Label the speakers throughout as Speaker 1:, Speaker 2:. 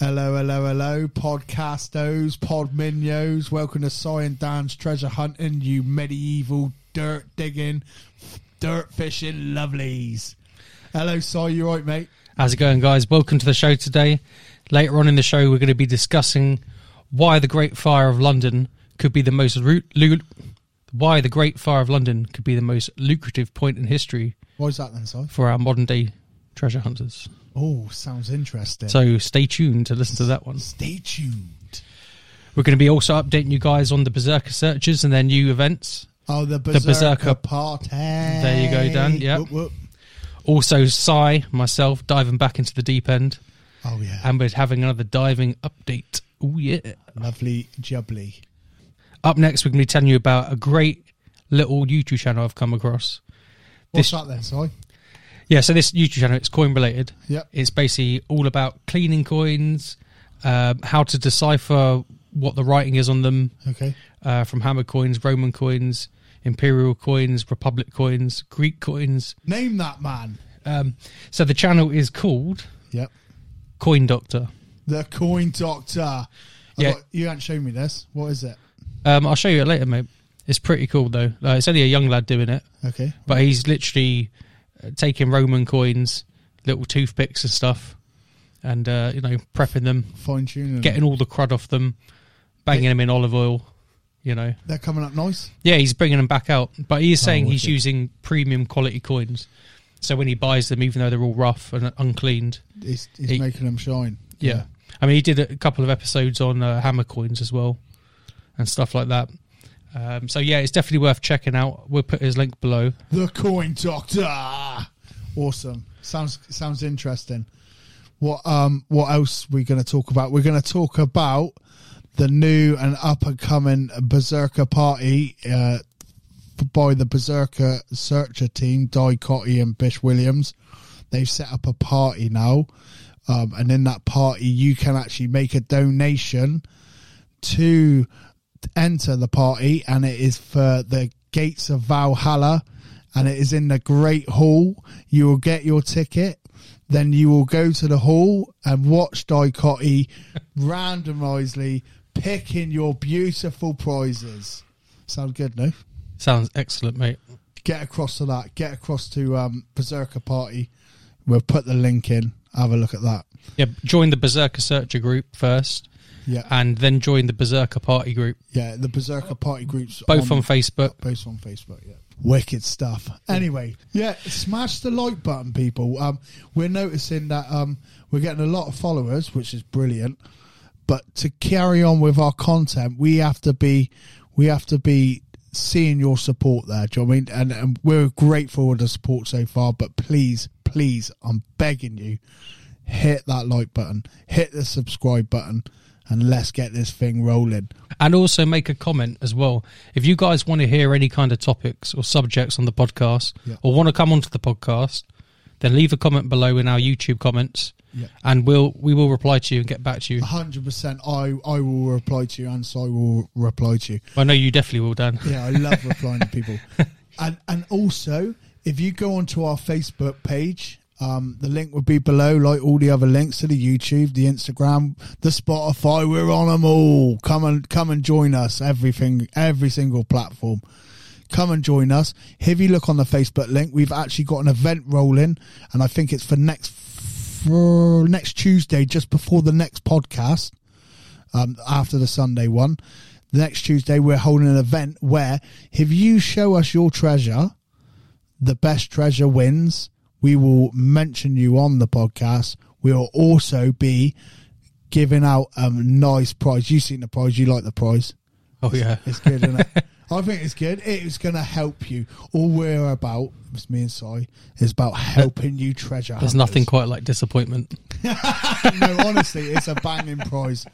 Speaker 1: Hello, hello, hello, podcastos, podminos. Welcome to Soy and Dan's treasure hunting, you medieval dirt digging, f- dirt fishing lovelies. Hello, Soy, you right, mate?
Speaker 2: How's it going, guys? Welcome to the show today. Later on in the show, we're going to be discussing why the Great Fire of London could be the most root, lu- why the Great Fire of London could be the most lucrative point in history
Speaker 1: What is that then, Soy?
Speaker 2: for our modern day treasure hunters.
Speaker 1: Oh, sounds interesting.
Speaker 2: So stay tuned to listen to that one.
Speaker 1: Stay tuned.
Speaker 2: We're going to be also updating you guys on the Berserker searches and their new events.
Speaker 1: Oh, the berserker,
Speaker 2: Berserker.
Speaker 1: party.
Speaker 2: There you go, Dan, yep.
Speaker 1: Whoop, whoop.
Speaker 2: Also, Cy, myself, diving back into the deep end,
Speaker 1: Oh, yeah.
Speaker 2: and we're having another diving update. Oh yeah.
Speaker 1: Lovely jubbly.
Speaker 2: Up next, we're going to be telling you about a great little YouTube channel I've come across.
Speaker 1: What's
Speaker 2: This-
Speaker 1: that then, Soy?
Speaker 2: Yeah, so this YouTube channel, it's coin related.
Speaker 1: Yep.
Speaker 2: It's basically all about cleaning coins, um, how to decipher what the writing is on them
Speaker 1: Okay.
Speaker 2: uh, from hammer coins, Roman coins, imperial coins, republic coins, Greek coins.
Speaker 1: Name that man.
Speaker 2: Um, so the channel is called
Speaker 1: Yep.
Speaker 2: Coin Doctor.
Speaker 1: The Coin Doctor. I've
Speaker 2: Yeah.
Speaker 1: got- you haven't shown me this. What is it?
Speaker 2: Um, I'll show you it later, mate. It's pretty cool, though. Uh, it's only a young lad doing it.
Speaker 1: Okay.
Speaker 2: but he's literally uh, taking Roman coins, little toothpicks and stuff, and uh, you know prepping them,
Speaker 1: Fine tuning.
Speaker 2: getting all the crud off them, banging them in olive oil. You know,
Speaker 1: They're coming up nice.
Speaker 2: yeah, he's bringing them back out, but he is saying he's
Speaker 1: wicked.
Speaker 2: using premium quality coins. So when he buys them, even though they're all rough and uncleaned,
Speaker 1: He's, he's
Speaker 2: He-
Speaker 1: making them shine.
Speaker 2: yeah. I mean, he did a couple of episodes on uh, hammer coins as well, and stuff like that. Um, so yeah, it's definitely worth checking out. We'll put his link below.
Speaker 1: The Coin Doctor. Awesome. Sounds sounds interesting. What um what else we going to talk about? We're going to talk about the new and up and coming Berserker party uh, by the Berserker Searcher team, Di Cotty and Bish Williams. They've set up a party now, um, and in that party, you can actually make a donation to enter the party, and it is for the gates of Valhalla, and it is in the Great Hall. You will get your ticket. Then you will go to the hall and watch Dicotti randomizely picking your beautiful prizes. Sound good, no?
Speaker 2: Sounds excellent, mate.
Speaker 1: Get across to that. Get across to um, Berserker Party. We'll put the link in. Have a look at that.
Speaker 2: Yeah, join the Berserker Searcher group first,
Speaker 1: Yeah,
Speaker 2: and then join the Berserker Party group,
Speaker 1: yeah. The Berserker Party groups
Speaker 2: both on Facebook.
Speaker 1: post on Facebook. Yeah, wicked stuff. Anyway, yeah, smash the like button, people. Um, we're noticing that um, we're getting a lot of followers, which is brilliant. But to carry on with our content, we have to be, we have to be seeing your support there. Do you know what I mean? And, and we're grateful for the support so far. But please, please, I'm begging you, hit that like button, hit the subscribe button, and let's get this thing rolling.
Speaker 2: And also make a comment as well. If you guys want to hear any kind of topics or subjects on the podcast,
Speaker 1: Yeah.
Speaker 2: or want to come onto the podcast, then leave a comment below in our YouTube comments,
Speaker 1: Yeah.
Speaker 2: and we'll we will reply to you and get back to you.
Speaker 1: hundred percent. I I will reply to you, and so I will reply to you.
Speaker 2: I know you definitely will, Dan.
Speaker 1: Yeah, I love replying to people. And and also, if you go onto our Facebook page, um, the link will be below, like all the other links to the YouTube, the Instagram, the Spotify. We're on them all. Come and come and join us. Everything, every single platform. Come and join us. If you look on the Facebook link, we've actually got an event rolling, and I think it's for next for next Tuesday, just before the next podcast um, after the Sunday one. The next Tuesday, we're holding an event where if you show us your treasure, the best treasure wins. We will mention you on the podcast. We will also be giving out a nice prize. You've seen the prize. You like the prize.
Speaker 2: Oh yeah,
Speaker 1: It's good, isn't it? I think it's good. It is going to help you. All we're about, it's me and Si, is about helping you treasure. hunters.
Speaker 2: there's nothing quite like disappointment.
Speaker 1: no, honestly, it's a banging prize.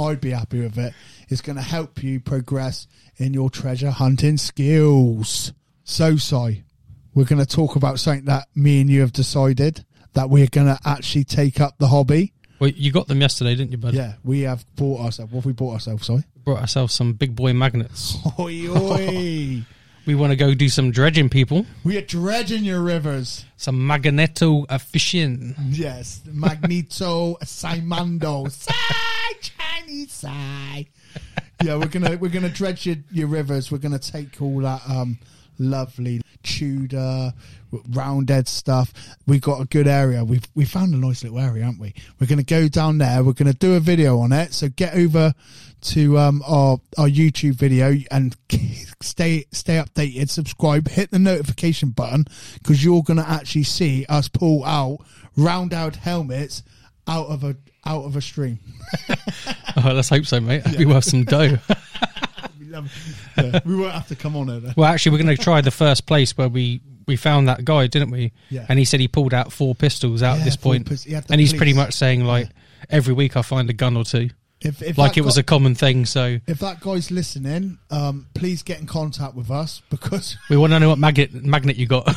Speaker 1: I'd be happy with it. It's going to help you progress in your treasure hunting skills. So, Sai, we're going to talk about something that me and you have decided that we're going to actually take up the hobby.
Speaker 2: Well, you got them yesterday, didn't you, bud?
Speaker 1: Yeah, we have bought ourselves. What have we bought ourselves, Sai?
Speaker 2: Brought ourselves some big boy magnets.
Speaker 1: Oi, oi.
Speaker 2: We want to go do some dredging, people.
Speaker 1: We are dredging your rivers.
Speaker 2: Some magneto fishing.
Speaker 1: Yes, Magneto Simondo. Sai Chinese Sai. Yeah, we're gonna we're gonna dredge your, your rivers. We're gonna take all that um, lovely Tudor rounded stuff. We've got a good area. We've we found a nice little area, haven't we? We're gonna go down there. We're gonna do a video on it. So get over to um, our our YouTube video and stay stay updated. Subscribe. Hit the notification button because you're gonna actually see us pull out round out helmets out of a out of a stream.
Speaker 2: Oh, let's hope so, mate. That'd be worth some dough.
Speaker 1: we, love- yeah, we won't have to come on it. then.
Speaker 2: well, actually, we're going to try the first place where we we found that guy, didn't we?
Speaker 1: Yeah.
Speaker 2: And he said he pulled out four pistols out
Speaker 1: Yeah,
Speaker 2: at this
Speaker 1: four
Speaker 2: point,
Speaker 1: pis- he had the
Speaker 2: and he's pretty
Speaker 1: police.
Speaker 2: much saying like every week I find a gun or two,
Speaker 1: If, if
Speaker 2: like
Speaker 1: that
Speaker 2: it was
Speaker 1: guy-
Speaker 2: a common thing. So
Speaker 1: If that guy's listening, um, please get in contact with us because
Speaker 2: we want to know what magnet magnet you got.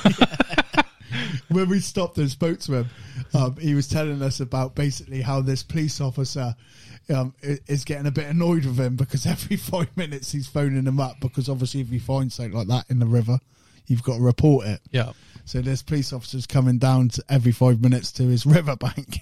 Speaker 1: when we stopped and spoke to him, um, he was telling us about basically how this police officer um, i- is getting a bit annoyed with him because every five minutes he's phoning him up because obviously if you find something like that in the river, you've got to report it.
Speaker 2: yeah.
Speaker 1: So there's police officers coming down to every five minutes to his riverbank.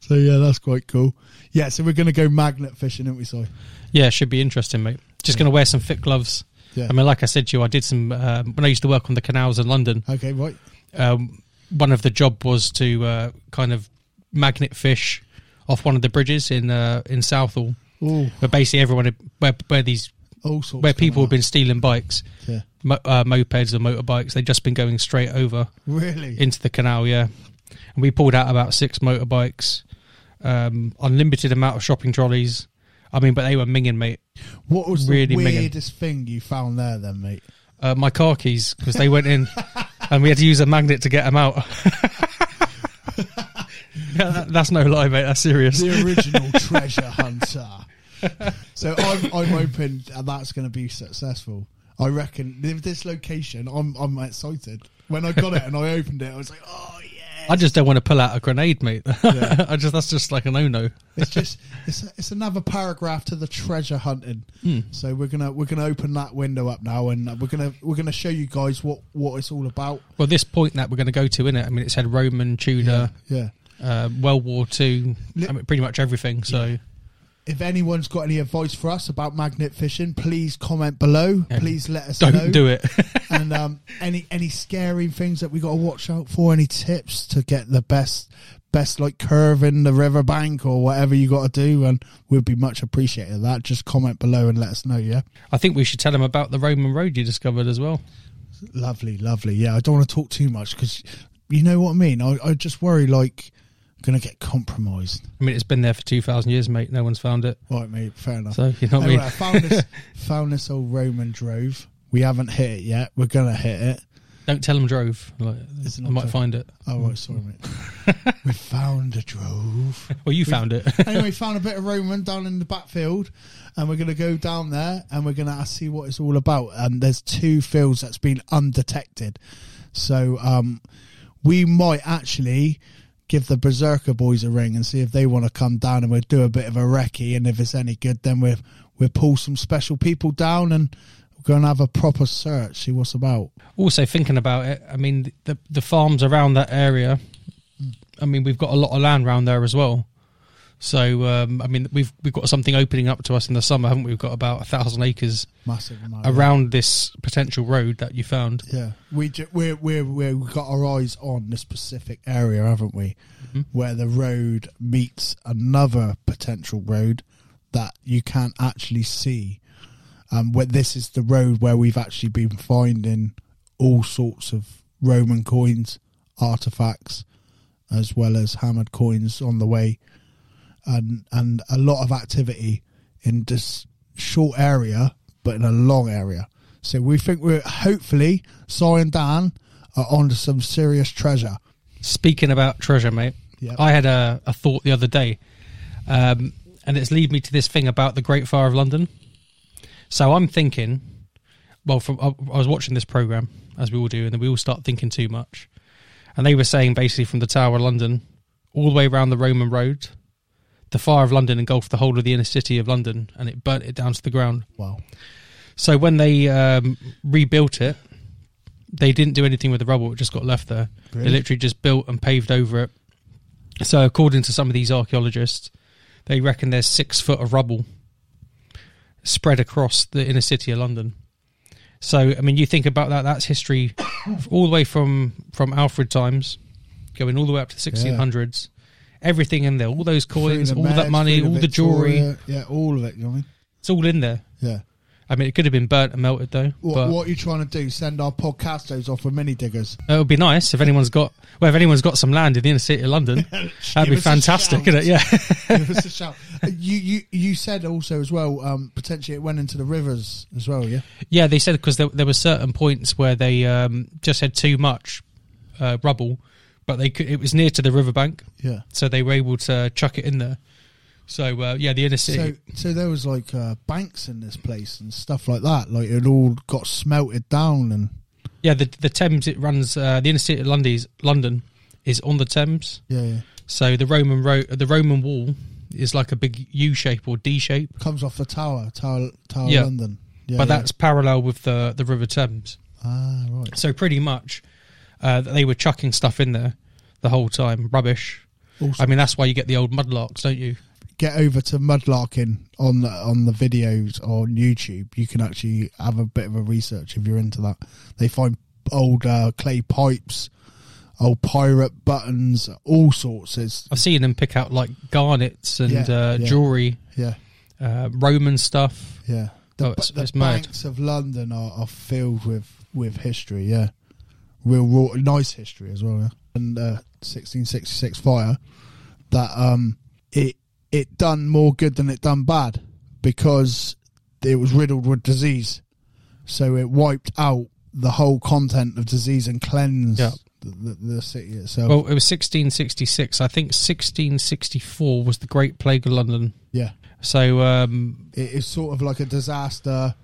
Speaker 1: so yeah, that's quite cool. Yeah, so we're going to go magnet fishing, aren't we, Si?
Speaker 2: Yeah, should be interesting, mate. Just going to wear some thick gloves.
Speaker 1: Yeah.
Speaker 2: I mean, like I said to you, I did some um, when I used to work on the canals in London.
Speaker 1: Okay, right.
Speaker 2: Um, one of the job was to uh, kind of magnet fish off one of the bridges in uh, in Southall,
Speaker 1: Ooh,
Speaker 2: where basically everyone had, where where these
Speaker 1: all sorts.
Speaker 2: where
Speaker 1: going
Speaker 2: people
Speaker 1: on.
Speaker 2: have been stealing bikes,
Speaker 1: Yeah.
Speaker 2: mo- uh, mopeds or motorbikes. They've just been going straight over
Speaker 1: Really?
Speaker 2: into the canal, yeah. And we pulled out about six motorbikes, um, unlimited amount of shopping trolleys. I mean, but they were minging, mate.
Speaker 1: what was
Speaker 2: really
Speaker 1: the
Speaker 2: minging.
Speaker 1: weirdest thing you found there, then, mate?
Speaker 2: uh, my car keys because they went in and we had to use a magnet to get them out. yeah, that, that's no lie, mate. That's serious.
Speaker 1: The original treasure hunter. So I'm, I'm hoping that uh, that's going to be successful. I reckon with this location, I'm I'm excited. When I got it and I opened it, I was like, oh yeah.
Speaker 2: I just don't want to pull out a grenade, mate. I just that's just like a no-no.
Speaker 1: it's just it's it's another paragraph to the treasure hunting.
Speaker 2: Hmm.
Speaker 1: So we're gonna we're gonna open that window up now, and uh, we're gonna we're gonna show you guys what what it's all about.
Speaker 2: Well, this point that we're going to go to in it, I mean, it said Roman Tudor,
Speaker 1: Yeah.
Speaker 2: uh, World War Two, I mean, pretty much everything. So
Speaker 1: If anyone's got any advice for us about magnet fishing, please comment below.
Speaker 2: Yeah.
Speaker 1: Please let us
Speaker 2: don't
Speaker 1: know.
Speaker 2: do it.
Speaker 1: and um, any any scary things that we got to watch out for? Any tips to get the best best like curve in the riverbank or whatever you got to do? And we'd be much appreciated of that. Just comment below and let us know. Yeah,
Speaker 2: I think we should tell them about the Roman road you discovered as well.
Speaker 1: lovely, lovely. Yeah, I don't want to talk too much because you know what I mean. I, I just worry like I'm gonna get compromised.
Speaker 2: I mean, it's been there for two thousand years, mate. No one's found it.
Speaker 1: All right, mate. Fair enough.
Speaker 2: So you know what
Speaker 1: Anyway,
Speaker 2: I
Speaker 1: I
Speaker 2: mean.
Speaker 1: found this found this old Roman drove. We haven't hit it yet. We're gonna hit it.
Speaker 2: Don't tell them drove. Like,
Speaker 1: It's
Speaker 2: I
Speaker 1: not
Speaker 2: might
Speaker 1: drove.
Speaker 2: find it.
Speaker 1: Oh, right, sorry, mate. we found a drove.
Speaker 2: Well, you found it.
Speaker 1: anyway, we found a bit of Roman down in the backfield, and we're going to go down there and we're going to see what it's all about. And there's two fields that's been undetected, so um, we might actually give the Berserker boys a ring and see if they want to come down and we'll do a bit of a recce. And if it's any good, then we'll we'll pull some special people down and we're going to have a proper search, see what's about.
Speaker 2: also thinking about it, I mean the the farms around that area. I mean we've got a lot of land around there as well. So um, I mean we've we've got something opening up to us in the summer, haven't we? We've got about a thousand acres
Speaker 1: Massive amount. of-
Speaker 2: around this potential road that you found.
Speaker 1: Yeah, we ju- we're, we're, we're, we've got our eyes on this specific area, haven't we? Where the road meets another potential road that you can't actually see. Um, where this is the road where we've actually been finding all sorts of Roman coins, artifacts, as well as hammered coins on the way, and and a lot of activity in this short area, but in a long area. So we think we're hopefully Si and Dan are onto some serious treasure.
Speaker 2: Speaking about treasure, mate,
Speaker 1: Yep.
Speaker 2: I had a, a thought the other day, um, and it's lead me to this thing about the Great Fire of London. So I'm thinking, well, from I, I was watching this program as we all do, and then we all start thinking too much. And they were saying basically from the Tower of London all the way around the Roman road, the Fire of London engulfed the whole of the inner city of London, and it burnt it down to the ground.
Speaker 1: Wow.
Speaker 2: So when they um, rebuilt it, they didn't do anything with the rubble. It just got left there. They
Speaker 1: Really?
Speaker 2: literally just built and paved over it. So according to some of these archaeologists, they reckon there's six foot of rubble spread across the inner city of London. So I mean, you think about that. That's history all the way from from Alfred times, going all the way up to the 1600s. Everything in there, all those coins,
Speaker 1: Through the
Speaker 2: all that
Speaker 1: Meds,
Speaker 2: money,
Speaker 1: through
Speaker 2: all the jewelry,
Speaker 1: Victoria, yeah, all of it. You know what I mean?
Speaker 2: it's all in there.
Speaker 1: Yeah.
Speaker 2: I mean, it could have been burnt and melted though.
Speaker 1: What,
Speaker 2: but
Speaker 1: what are you trying to do? Send our podcastos off with mini diggers?
Speaker 2: it would be nice if anyone's got well, if anyone's got some land in the inner city of London, that'd
Speaker 1: Give
Speaker 2: be
Speaker 1: us a
Speaker 2: fantastic,
Speaker 1: shout.
Speaker 2: would it? Yeah.
Speaker 1: Give us a shout. You, you you said also as well. Um, potentially it went into the rivers as well. Yeah.
Speaker 2: Yeah, they said because there, there were certain points where they um, just had too much uh, rubble, but they could, it was near to the riverbank,
Speaker 1: Yeah.
Speaker 2: so they were able to chuck it in there. So uh, yeah, the inner
Speaker 1: So
Speaker 2: city.
Speaker 1: so there was like uh, banks in this place and stuff like that. Like it all got smelted down and
Speaker 2: yeah, the the Thames it runs uh, the inner city of London is, London is on the Thames.
Speaker 1: yeah, yeah.
Speaker 2: So the Roman road, the Roman wall is like a big U shape or D shape,
Speaker 1: comes off the tower, tower, tower
Speaker 2: Yeah.
Speaker 1: London. Yeah,
Speaker 2: but
Speaker 1: yeah.
Speaker 2: that's parallel with the the River Thames.
Speaker 1: ah right.
Speaker 2: So pretty much, uh, they were chucking stuff in there the whole time, rubbish.
Speaker 1: Also,
Speaker 2: I mean, that's why you get the old mudlarks, don't you?
Speaker 1: get over to mudlarking on the, on the videos on YouTube. You can actually have a bit of a research if you're into that. They find old uh, clay pipes, old pirate buttons, all sorts. It's,
Speaker 2: I've seen them pick out like garnets and
Speaker 1: Yeah,
Speaker 2: uh,
Speaker 1: yeah.
Speaker 2: jewelry,
Speaker 1: yeah,
Speaker 2: uh, Roman stuff.
Speaker 1: yeah.
Speaker 2: Oh,
Speaker 1: The,
Speaker 2: it's-
Speaker 1: ba- the
Speaker 2: it's mad.
Speaker 1: banks of London are, are filled with with history. Yeah, real raw, nice history as well. Yeah, and uh, 1666 fire that um it it done more good than it done bad because it was riddled with disease, so it wiped out the whole content of disease and cleansed
Speaker 2: Yeah. Oh.
Speaker 1: the, the, the city itself.
Speaker 2: Well, it was 1666. I think 1664 was the Great Plague of London.
Speaker 1: yeah,
Speaker 2: So um,
Speaker 1: it is sort of like a disaster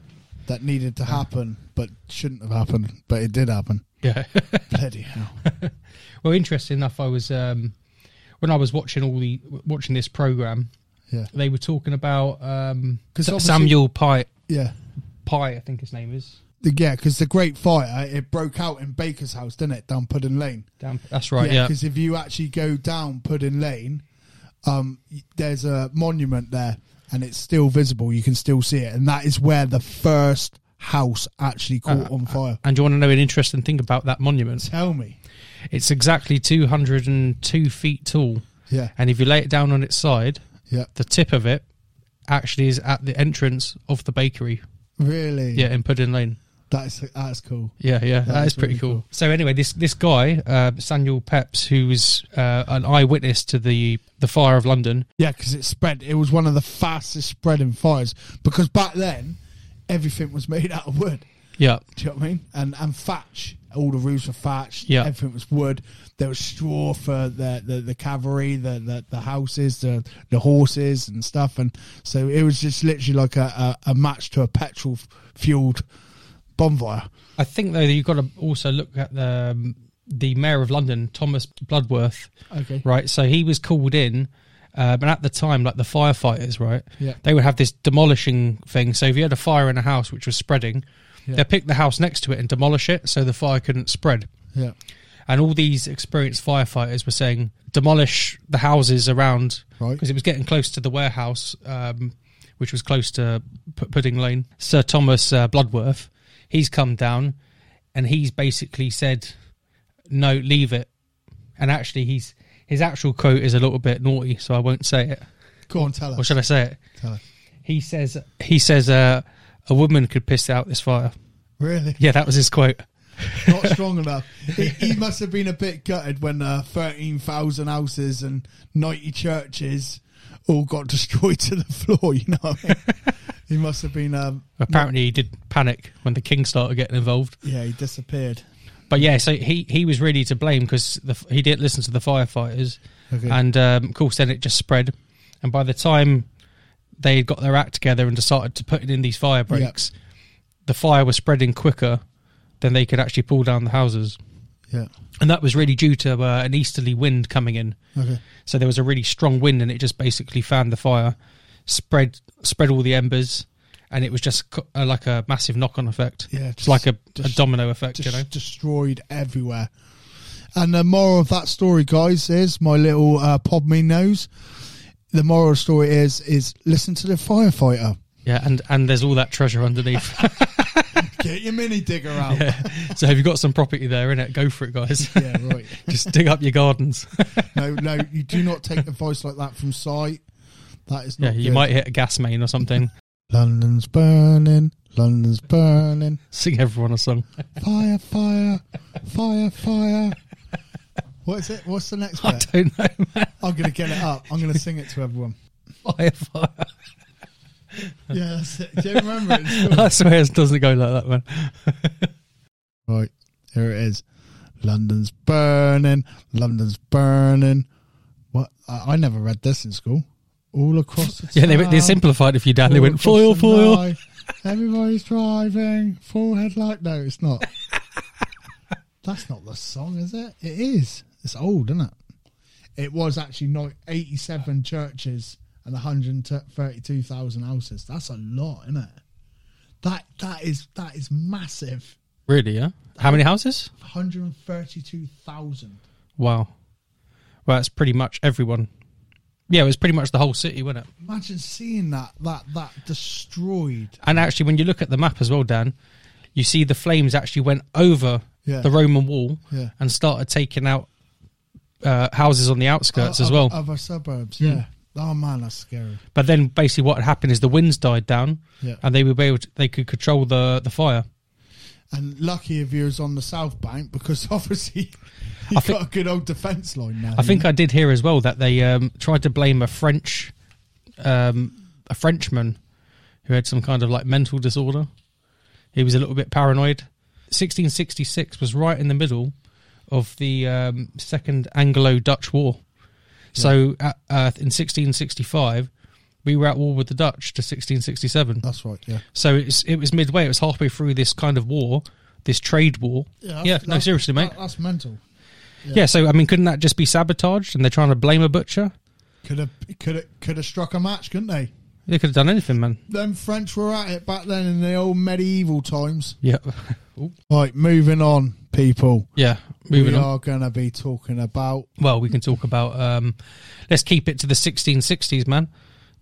Speaker 1: that needed to happen but shouldn't have happened, but it did happen.
Speaker 2: yeah.
Speaker 1: Bloody hell.
Speaker 2: well, interesting enough, I was um, when I was watching all the watching this program,
Speaker 1: Yeah.
Speaker 2: they were talking about um,
Speaker 1: 'Cause obviously-
Speaker 2: Samuel Pye.
Speaker 1: Yeah.
Speaker 2: Pye, I think his name is.
Speaker 1: The, yeah, because the Great Fire, it broke out in Baker's House, didn't it, down Puddin Lane?
Speaker 2: Damn, that's right. yeah.
Speaker 1: Because if you actually go down Puddin Lane, um, y- there's a monument there and it's still visible. You can still see it. And that is where the first house actually caught
Speaker 2: Uh,
Speaker 1: on fire.
Speaker 2: And you want to know an interesting thing about that monument?
Speaker 1: Tell me.
Speaker 2: It's exactly 202 feet tall.
Speaker 1: Yeah,
Speaker 2: And if you lay it down on its side,
Speaker 1: yeah.
Speaker 2: the tip of it actually is at the entrance of the bakery.
Speaker 1: Really?
Speaker 2: Yeah, in Puddin Lane.
Speaker 1: That's, that's cool.
Speaker 2: Yeah, yeah,
Speaker 1: That
Speaker 2: that is
Speaker 1: is
Speaker 2: pretty
Speaker 1: really
Speaker 2: cool.
Speaker 1: cool.
Speaker 2: So anyway, this this guy, uh, Samuel Pepys, who was uh, an eyewitness to the the fire of London.
Speaker 1: Yeah, because it spread. It was one of the fastest spreading fires because back then, everything was made out of wood.
Speaker 2: Yeah,
Speaker 1: Do you know what I mean? And and thatch. All the roofs were thatched.
Speaker 2: Yeah.
Speaker 1: Everything was wood. There was straw for the, the, the cavalry, the, the, the houses, the, the horses and stuff. And so it was just literally like a, a, a match to a petrol f- fueled bonfire.
Speaker 2: I think though that you've got to also look at the um, the mayor of London, Thomas Bloodworth.
Speaker 1: Okay.
Speaker 2: Right, so he was called in, uh, but at the time, like the firefighters, right?
Speaker 1: Yeah.
Speaker 2: they would have this demolishing thing. So if you had a fire in a house which was spreading,
Speaker 1: Yeah.
Speaker 2: they'd pick the house next to it and demolish it so the fire couldn't spread.
Speaker 1: Yeah.
Speaker 2: And all these experienced firefighters were saying, demolish the houses around
Speaker 1: Right.
Speaker 2: because it was getting close to the warehouse, um, which was close to P- Pudding Lane. Sir Thomas uh, Bloodworth, he's come down and he's basically said, no, leave it. And actually, he's his actual quote is a little bit naughty, so I won't say it.
Speaker 1: Go on, tell
Speaker 2: Or
Speaker 1: us.
Speaker 2: should I say it?
Speaker 1: Tell us.
Speaker 2: He says he says uh, a woman could piss out this fire.
Speaker 1: Really?
Speaker 2: Yeah, that was his quote.
Speaker 1: Not strong enough. He, he must have been a bit gutted when uh, 13,000 houses and 90 churches all got destroyed to the floor, you know what I mean? he must have been, um,
Speaker 2: Apparently, he did panic when the king started getting involved.
Speaker 1: yeah, he disappeared.
Speaker 2: But yeah, so he, he was really to blame because he didn't listen to the firefighters,
Speaker 1: Okay.
Speaker 2: and um, of course, then it just spread. And by the time they had got their act together and decided to put in these fire breaks, the fire was spreading quicker than they could actually pull down the houses.
Speaker 1: yeah.
Speaker 2: And that was really due to uh, an easterly wind coming in.
Speaker 1: Okay.
Speaker 2: So there was a really strong wind, and it just basically fanned the fire, spread spread all the embers, and it was just co- uh, like a massive knock-on effect.
Speaker 1: Yeah,
Speaker 2: it's like a,
Speaker 1: just-
Speaker 2: a domino effect,
Speaker 1: Just
Speaker 2: you know.
Speaker 1: destroyed everywhere. And the moral of that story, guys, is my little uh, pod me nose. The moral of the story is is listen to the firefighter.
Speaker 2: Yeah, and and there's all that treasure underneath.
Speaker 1: Get your mini digger out. Yeah,
Speaker 2: Yeah. so if you've got some property there in it, go for it, guys.
Speaker 1: right.
Speaker 2: just dig up your gardens.
Speaker 1: No, no, you do not take advice like that from sight. That is
Speaker 2: yeah,
Speaker 1: not
Speaker 2: you
Speaker 1: good.
Speaker 2: might hit a gas main or something.
Speaker 1: London's burning, London's burning.
Speaker 2: Sing everyone a song.
Speaker 1: Fire, fire, fire, fire. What is it? What's the next
Speaker 2: I
Speaker 1: bit?
Speaker 2: don't know. Man.
Speaker 1: I'm going to get it up. I'm going to sing it to everyone.
Speaker 2: Fire, fire.
Speaker 1: Yeah, that's it. Do you remember it? in school?
Speaker 2: I swear it doesn't go like that, man.
Speaker 1: Right, here it is. London's burning, London's burning. What? I, I never read this in school. All across the
Speaker 2: Yeah, they,
Speaker 1: town,
Speaker 2: they simplified it for you, Dan. They
Speaker 1: all
Speaker 2: went
Speaker 1: across
Speaker 2: foil,
Speaker 1: the
Speaker 2: foil.
Speaker 1: night. Everybody's driving, full headlight. No, it's not. That's not the song, is it? It is. It's old, isn't it? It was actually not 87 churches and 132,000 houses. That's a lot, isn't it? That that is that is massive.
Speaker 2: Really, yeah? How many houses?
Speaker 1: 132,000.
Speaker 2: Wow. Well, that's pretty much everyone. Yeah, it was pretty much the whole city, wasn't it?
Speaker 1: Imagine seeing that that that destroyed.
Speaker 2: And actually, when you look at the map as well, Dan, you see the flames actually went over
Speaker 1: Yeah.
Speaker 2: the Roman wall
Speaker 1: Yeah.
Speaker 2: and started taking out uh, houses on the outskirts as
Speaker 1: Other-
Speaker 2: well. Hmm.
Speaker 1: Other suburbs, yeah. Oh man, that's scary.
Speaker 2: But then basically what had happened is the winds died down
Speaker 1: Yeah.
Speaker 2: and they were able to, they could control the, the fire.
Speaker 1: And lucky if you was on the south bank because obviously you
Speaker 2: I
Speaker 1: got
Speaker 2: think-
Speaker 1: a good old defence line now.
Speaker 2: I think I did hear as well that they um, tried to blame a French um, a Frenchman who had some kind of like mental disorder. He was a little bit paranoid. 1666 was right in the middle of the um, Second Anglo-Dutch War. So at, uh, in 1665 we were at war with the Dutch to 1667.
Speaker 1: that's right. Yeah.
Speaker 2: So it's, it was midway. It was halfway through this kind of war, this trade war. Yeah, no,
Speaker 1: that's-
Speaker 2: seriously, mate.
Speaker 1: that- that's mental.
Speaker 2: yeah. so I mean, couldn't that just be sabotaged? And they're trying to blame a butcher.
Speaker 1: Could have could have could have struck a match, couldn't they?
Speaker 2: They could have done anything, man.
Speaker 1: Them French were at it back then in the old medieval times.
Speaker 2: Yeah,
Speaker 1: Right, moving on, people.
Speaker 2: yeah. Moving
Speaker 1: we
Speaker 2: on.
Speaker 1: are going to be talking about
Speaker 2: Well, we can talk about. Um, let's keep it to the 1660s, man.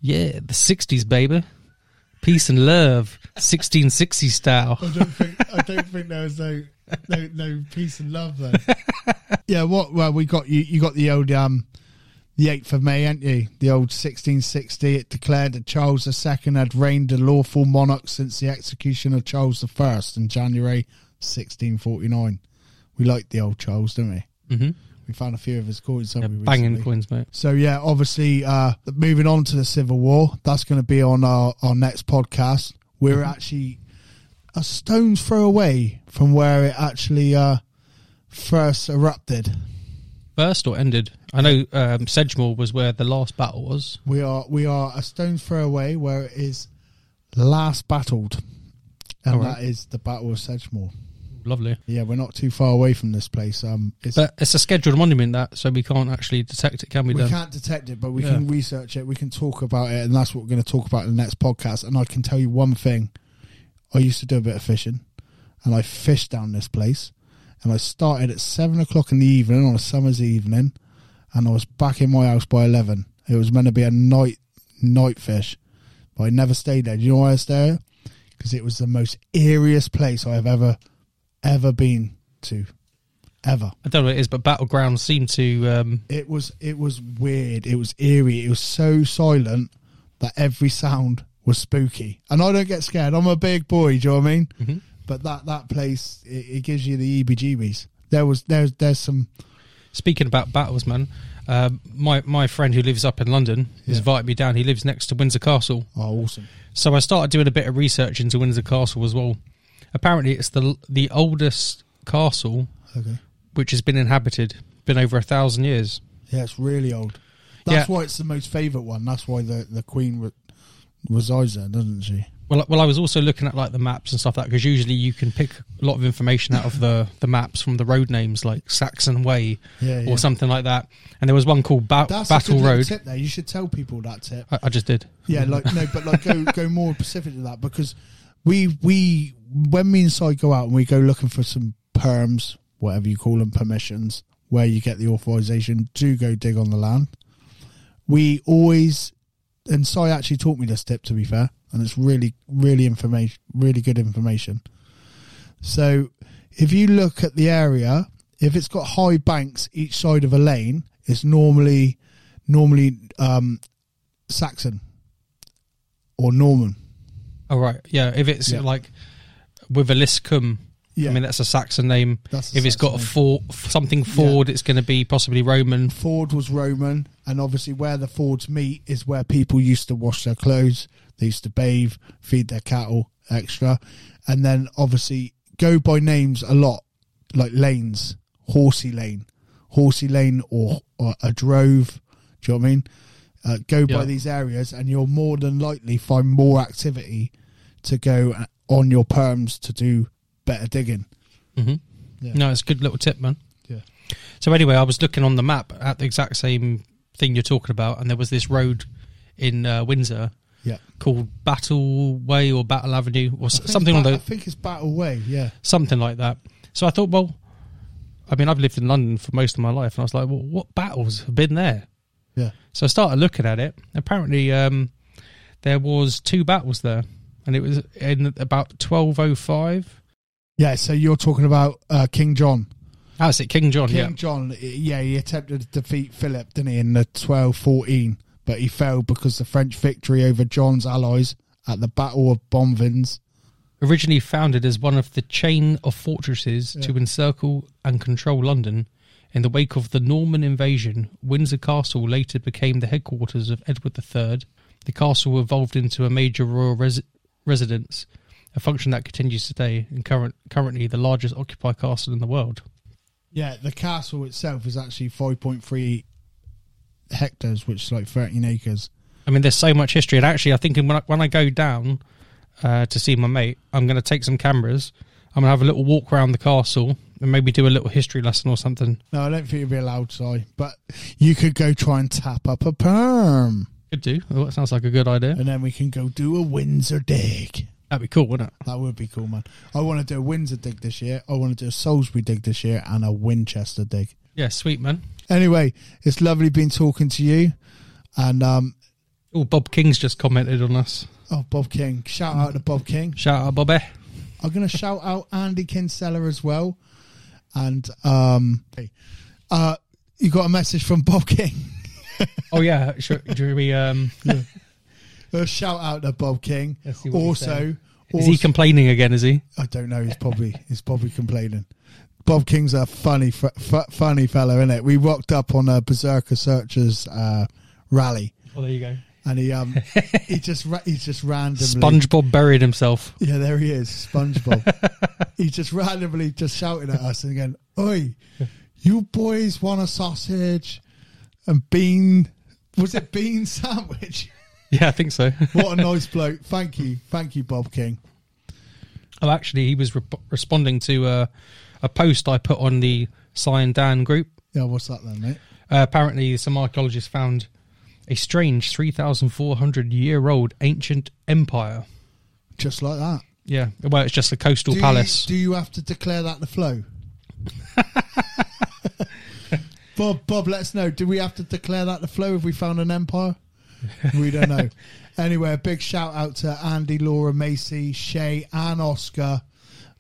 Speaker 2: Yeah, the 60s, baby. Peace and love, 1660 style.
Speaker 1: I don't think I don't think there was no no, no peace and love though. yeah, what? Well, we got you. You got the old um, the eighth of May, ain't you? The old sixteen sixty. It declared that Charles II had reigned a lawful monarch since the execution of Charles I in January sixteen forty nine. We like the old Charles, don't we?
Speaker 2: hmm
Speaker 1: We found a few of his coins, haven't we?
Speaker 2: Banging
Speaker 1: recently?
Speaker 2: coins, mate.
Speaker 1: So yeah, obviously, uh, moving on to the Civil War, that's going to be on our, our next podcast. We're
Speaker 2: Mm-hmm.
Speaker 1: actually a stone's throw away from where it actually uh, first erupted.
Speaker 2: First or ended? I know um, Sedgemoor was where the last battle was.
Speaker 1: We are we are a stone's throw away where it is last battled, and
Speaker 2: All right.
Speaker 1: that is the Battle of Sedgemoor.
Speaker 2: Lovely.
Speaker 1: Yeah, we're not too far away from this place. Um, it's,
Speaker 2: But it's a scheduled monument, that, so we can't actually detect it, can we,
Speaker 1: we
Speaker 2: Dan?
Speaker 1: can't detect it, but we
Speaker 2: Yeah.
Speaker 1: can research it. We can talk about it, and that's what we're going to talk about in the next podcast. And I can tell you one thing: I used to do a bit of fishing, and I fished down this place, and I started at seven o'clock in the evening on a summer's evening, and I was back in my house by eleven. It was meant to be a night night fish, but I never stayed there. Do you know why I stayed there? Because it was the most eeriest place I have ever ever been to, ever.
Speaker 2: I don't know what it is, but Battleground seemed to. Um,
Speaker 1: it was it was weird. It was eerie. It was so silent that every sound was spooky. And I don't get scared. I'm a big boy. Do you know what I mean?
Speaker 2: Mm-hmm.
Speaker 1: But that that place it, it gives you the E EBGBs. There was there's there's some
Speaker 2: speaking about battles, man, um, my my friend who lives up in London has
Speaker 1: Yeah.
Speaker 2: invited me down. He lives next to Windsor Castle,
Speaker 1: oh awesome.
Speaker 2: so I started doing a bit of research into Windsor Castle as well. Apparently, it's the the oldest castle
Speaker 1: Okay.
Speaker 2: which has been inhabited, been over a thousand years.
Speaker 1: Yeah, it's really old. That's
Speaker 2: Yeah.
Speaker 1: why it's the most favourite one. That's why the the Queen re- resides there, doesn't she?
Speaker 2: Well, well, I was also looking at like the maps and stuff like that because usually you can pick a lot of information out of the, the maps from the road names like Saxon Way
Speaker 1: Yeah, yeah.
Speaker 2: or something like that. And there was one called ba-
Speaker 1: That's a
Speaker 2: Battle
Speaker 1: good little
Speaker 2: Road.
Speaker 1: tip there. You should tell people that tip.
Speaker 2: I, I just did.
Speaker 1: Yeah, like no, but like go go more specific to that because we we when me and Si go out and we go looking for some perms, whatever you call them, permissions, where you get the authorization to go dig on the land. We always and Si actually taught me this tip to be fair, and it's really really information, really good information. So if you look at the area, if it's got high banks each side of a lane, it's normally normally um, Saxon or Norman.
Speaker 2: All Oh, right, yeah. If it's
Speaker 1: Yeah.
Speaker 2: like with a Liscum,
Speaker 1: Yeah,
Speaker 2: I mean that's a Saxon name.
Speaker 1: that's
Speaker 2: if it's got a
Speaker 1: Saxon
Speaker 2: for, something Ford, it's going to be possibly Roman.
Speaker 1: name. Ford was Roman, and obviously where the Fords meet is where people used to wash their clothes, they used to bathe, feed their cattle, extra, and then obviously go by names a lot, like lanes, Horsey Lane, Horsey Lane, or, or a drove. Do you know what I mean? Uh, go by
Speaker 2: Yeah.
Speaker 1: these areas, and you'll more than likely find more activity to go on your perms to do better digging.
Speaker 2: hmm
Speaker 1: Yeah.
Speaker 2: No, it's a good little tip, man.
Speaker 1: Yeah.
Speaker 2: So anyway, I was looking on the map at the exact same thing you're talking about, and there was this road in uh, Windsor
Speaker 1: Yeah.
Speaker 2: called Battle Way or Battle Avenue or
Speaker 1: I
Speaker 2: s-
Speaker 1: think
Speaker 2: something
Speaker 1: ba-
Speaker 2: on
Speaker 1: I
Speaker 2: the
Speaker 1: think it's Battle Way, yeah.
Speaker 2: something like that. So I thought, well, I mean, I've lived in London for most of my life, and I was like, well, what battles have been there?
Speaker 1: Yeah.
Speaker 2: So I started looking at it. Apparently, um, there was two battles there, and it was in about twelve oh five.
Speaker 1: Yeah, so you're talking about uh, King John.
Speaker 2: That's it, King John.
Speaker 1: King
Speaker 2: yeah.
Speaker 1: John, i- yeah, he attempted to defeat Philip, didn't he, in the 1214, but he failed because the French victory over John's allies at the Battle of Bonvins.
Speaker 2: originally founded as one of the chain of fortresses to encircle and control London. In the wake of the Norman invasion, Windsor Castle later became the headquarters of Edward III. The castle evolved into a major royal res- residence, a function that continues today and current, currently the largest occupied castle in the world.
Speaker 1: Yeah, the castle itself is actually 5.3 hectares, which is like 13 acres.
Speaker 2: I mean, there's so much history, and actually, I think when I, when I go down uh, to see my mate, I'm going to take some cameras. I'm going to have a little walk around the castle and maybe do a little history lesson or something.
Speaker 1: No, I don't think you'd be allowed, Si, but you could go try and tap up a perm,
Speaker 2: Could do. Oh, that sounds like a good idea.
Speaker 1: and then we can go do a Windsor dig.
Speaker 2: That'd be cool, wouldn't it?
Speaker 1: That would be cool, man. I want to do a Windsor dig this year. I want to do a Salisbury dig this year and a Winchester dig.
Speaker 2: Yeah, sweet man.
Speaker 1: Anyway, it's lovely being talking to you. And um,
Speaker 2: Oh, Bob King's just commented on us.
Speaker 1: oh, Bob King, shout out to Bob King.
Speaker 2: Shout out, Bobby.
Speaker 1: I'm gonna shout out Andy Kinsella as well. And um, uh, you got a message from Bob King.
Speaker 2: Oh yeah, should, do we? Um,
Speaker 1: A shout out to Bob King.
Speaker 2: Let's see what he's
Speaker 1: Also,
Speaker 2: saying. Is he
Speaker 1: also-
Speaker 2: complaining again? Is he?
Speaker 1: I don't know. He's probably he's probably complaining. Bob King's a funny f- f- funny fellow, isn't it? We rocked up on a Berserker Searchers uh, rally,
Speaker 2: Oh, there you go.
Speaker 1: and he um he just ra- he just randomly
Speaker 2: SpongeBob buried himself.
Speaker 1: yeah there he is SpongeBob. he just randomly just shouted at us and going, "Oi, you boys want a sausage and bean? Was it bean sandwich?
Speaker 2: Yeah, I think so.
Speaker 1: what a nice bloke! Thank you, thank you, Bob King.
Speaker 2: oh, actually, he was re- responding to uh, a post I put on the Cyan Dan group.
Speaker 1: Yeah, what's that then, mate?
Speaker 2: Uh, apparently, some archaeologists found a strange 3,400 year old ancient empire.
Speaker 1: Just like that."
Speaker 2: Yeah, well, it's just a coastal
Speaker 1: do
Speaker 2: palace.
Speaker 1: You, do you have to declare that the flow? Bob, Bob, let us know. Do we have to declare that the flow if we found an empire? We don't know. anyway, a big shout out to Andy, Laura, Macy, Shay, and Oscar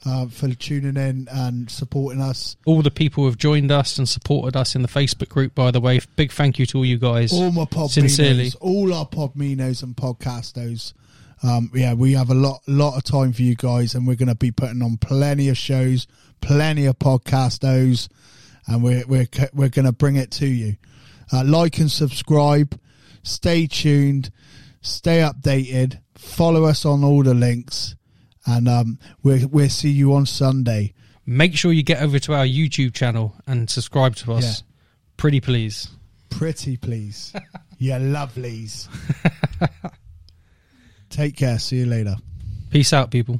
Speaker 1: uh, for tuning in and supporting us.
Speaker 2: all the people who have joined us and supported us in the Facebook group, by the way. Big thank you to all you guys.
Speaker 1: All my podminos,
Speaker 2: Sincerely.
Speaker 1: all our podminos and podcastos. Um, yeah, we have a lot, lot of time for you guys, and we're going to be putting on plenty of shows, plenty of podcastos, and we're we're c- we're going to bring it to you. Uh, like and subscribe. Stay tuned. Stay updated. Follow us on all the links, and um, we'll we'll see you on Sunday.
Speaker 2: Make sure you get over to our YouTube channel and subscribe to us. Pretty please.
Speaker 1: Pretty please, you lovelies. Take care. See you later.
Speaker 2: Peace out, people.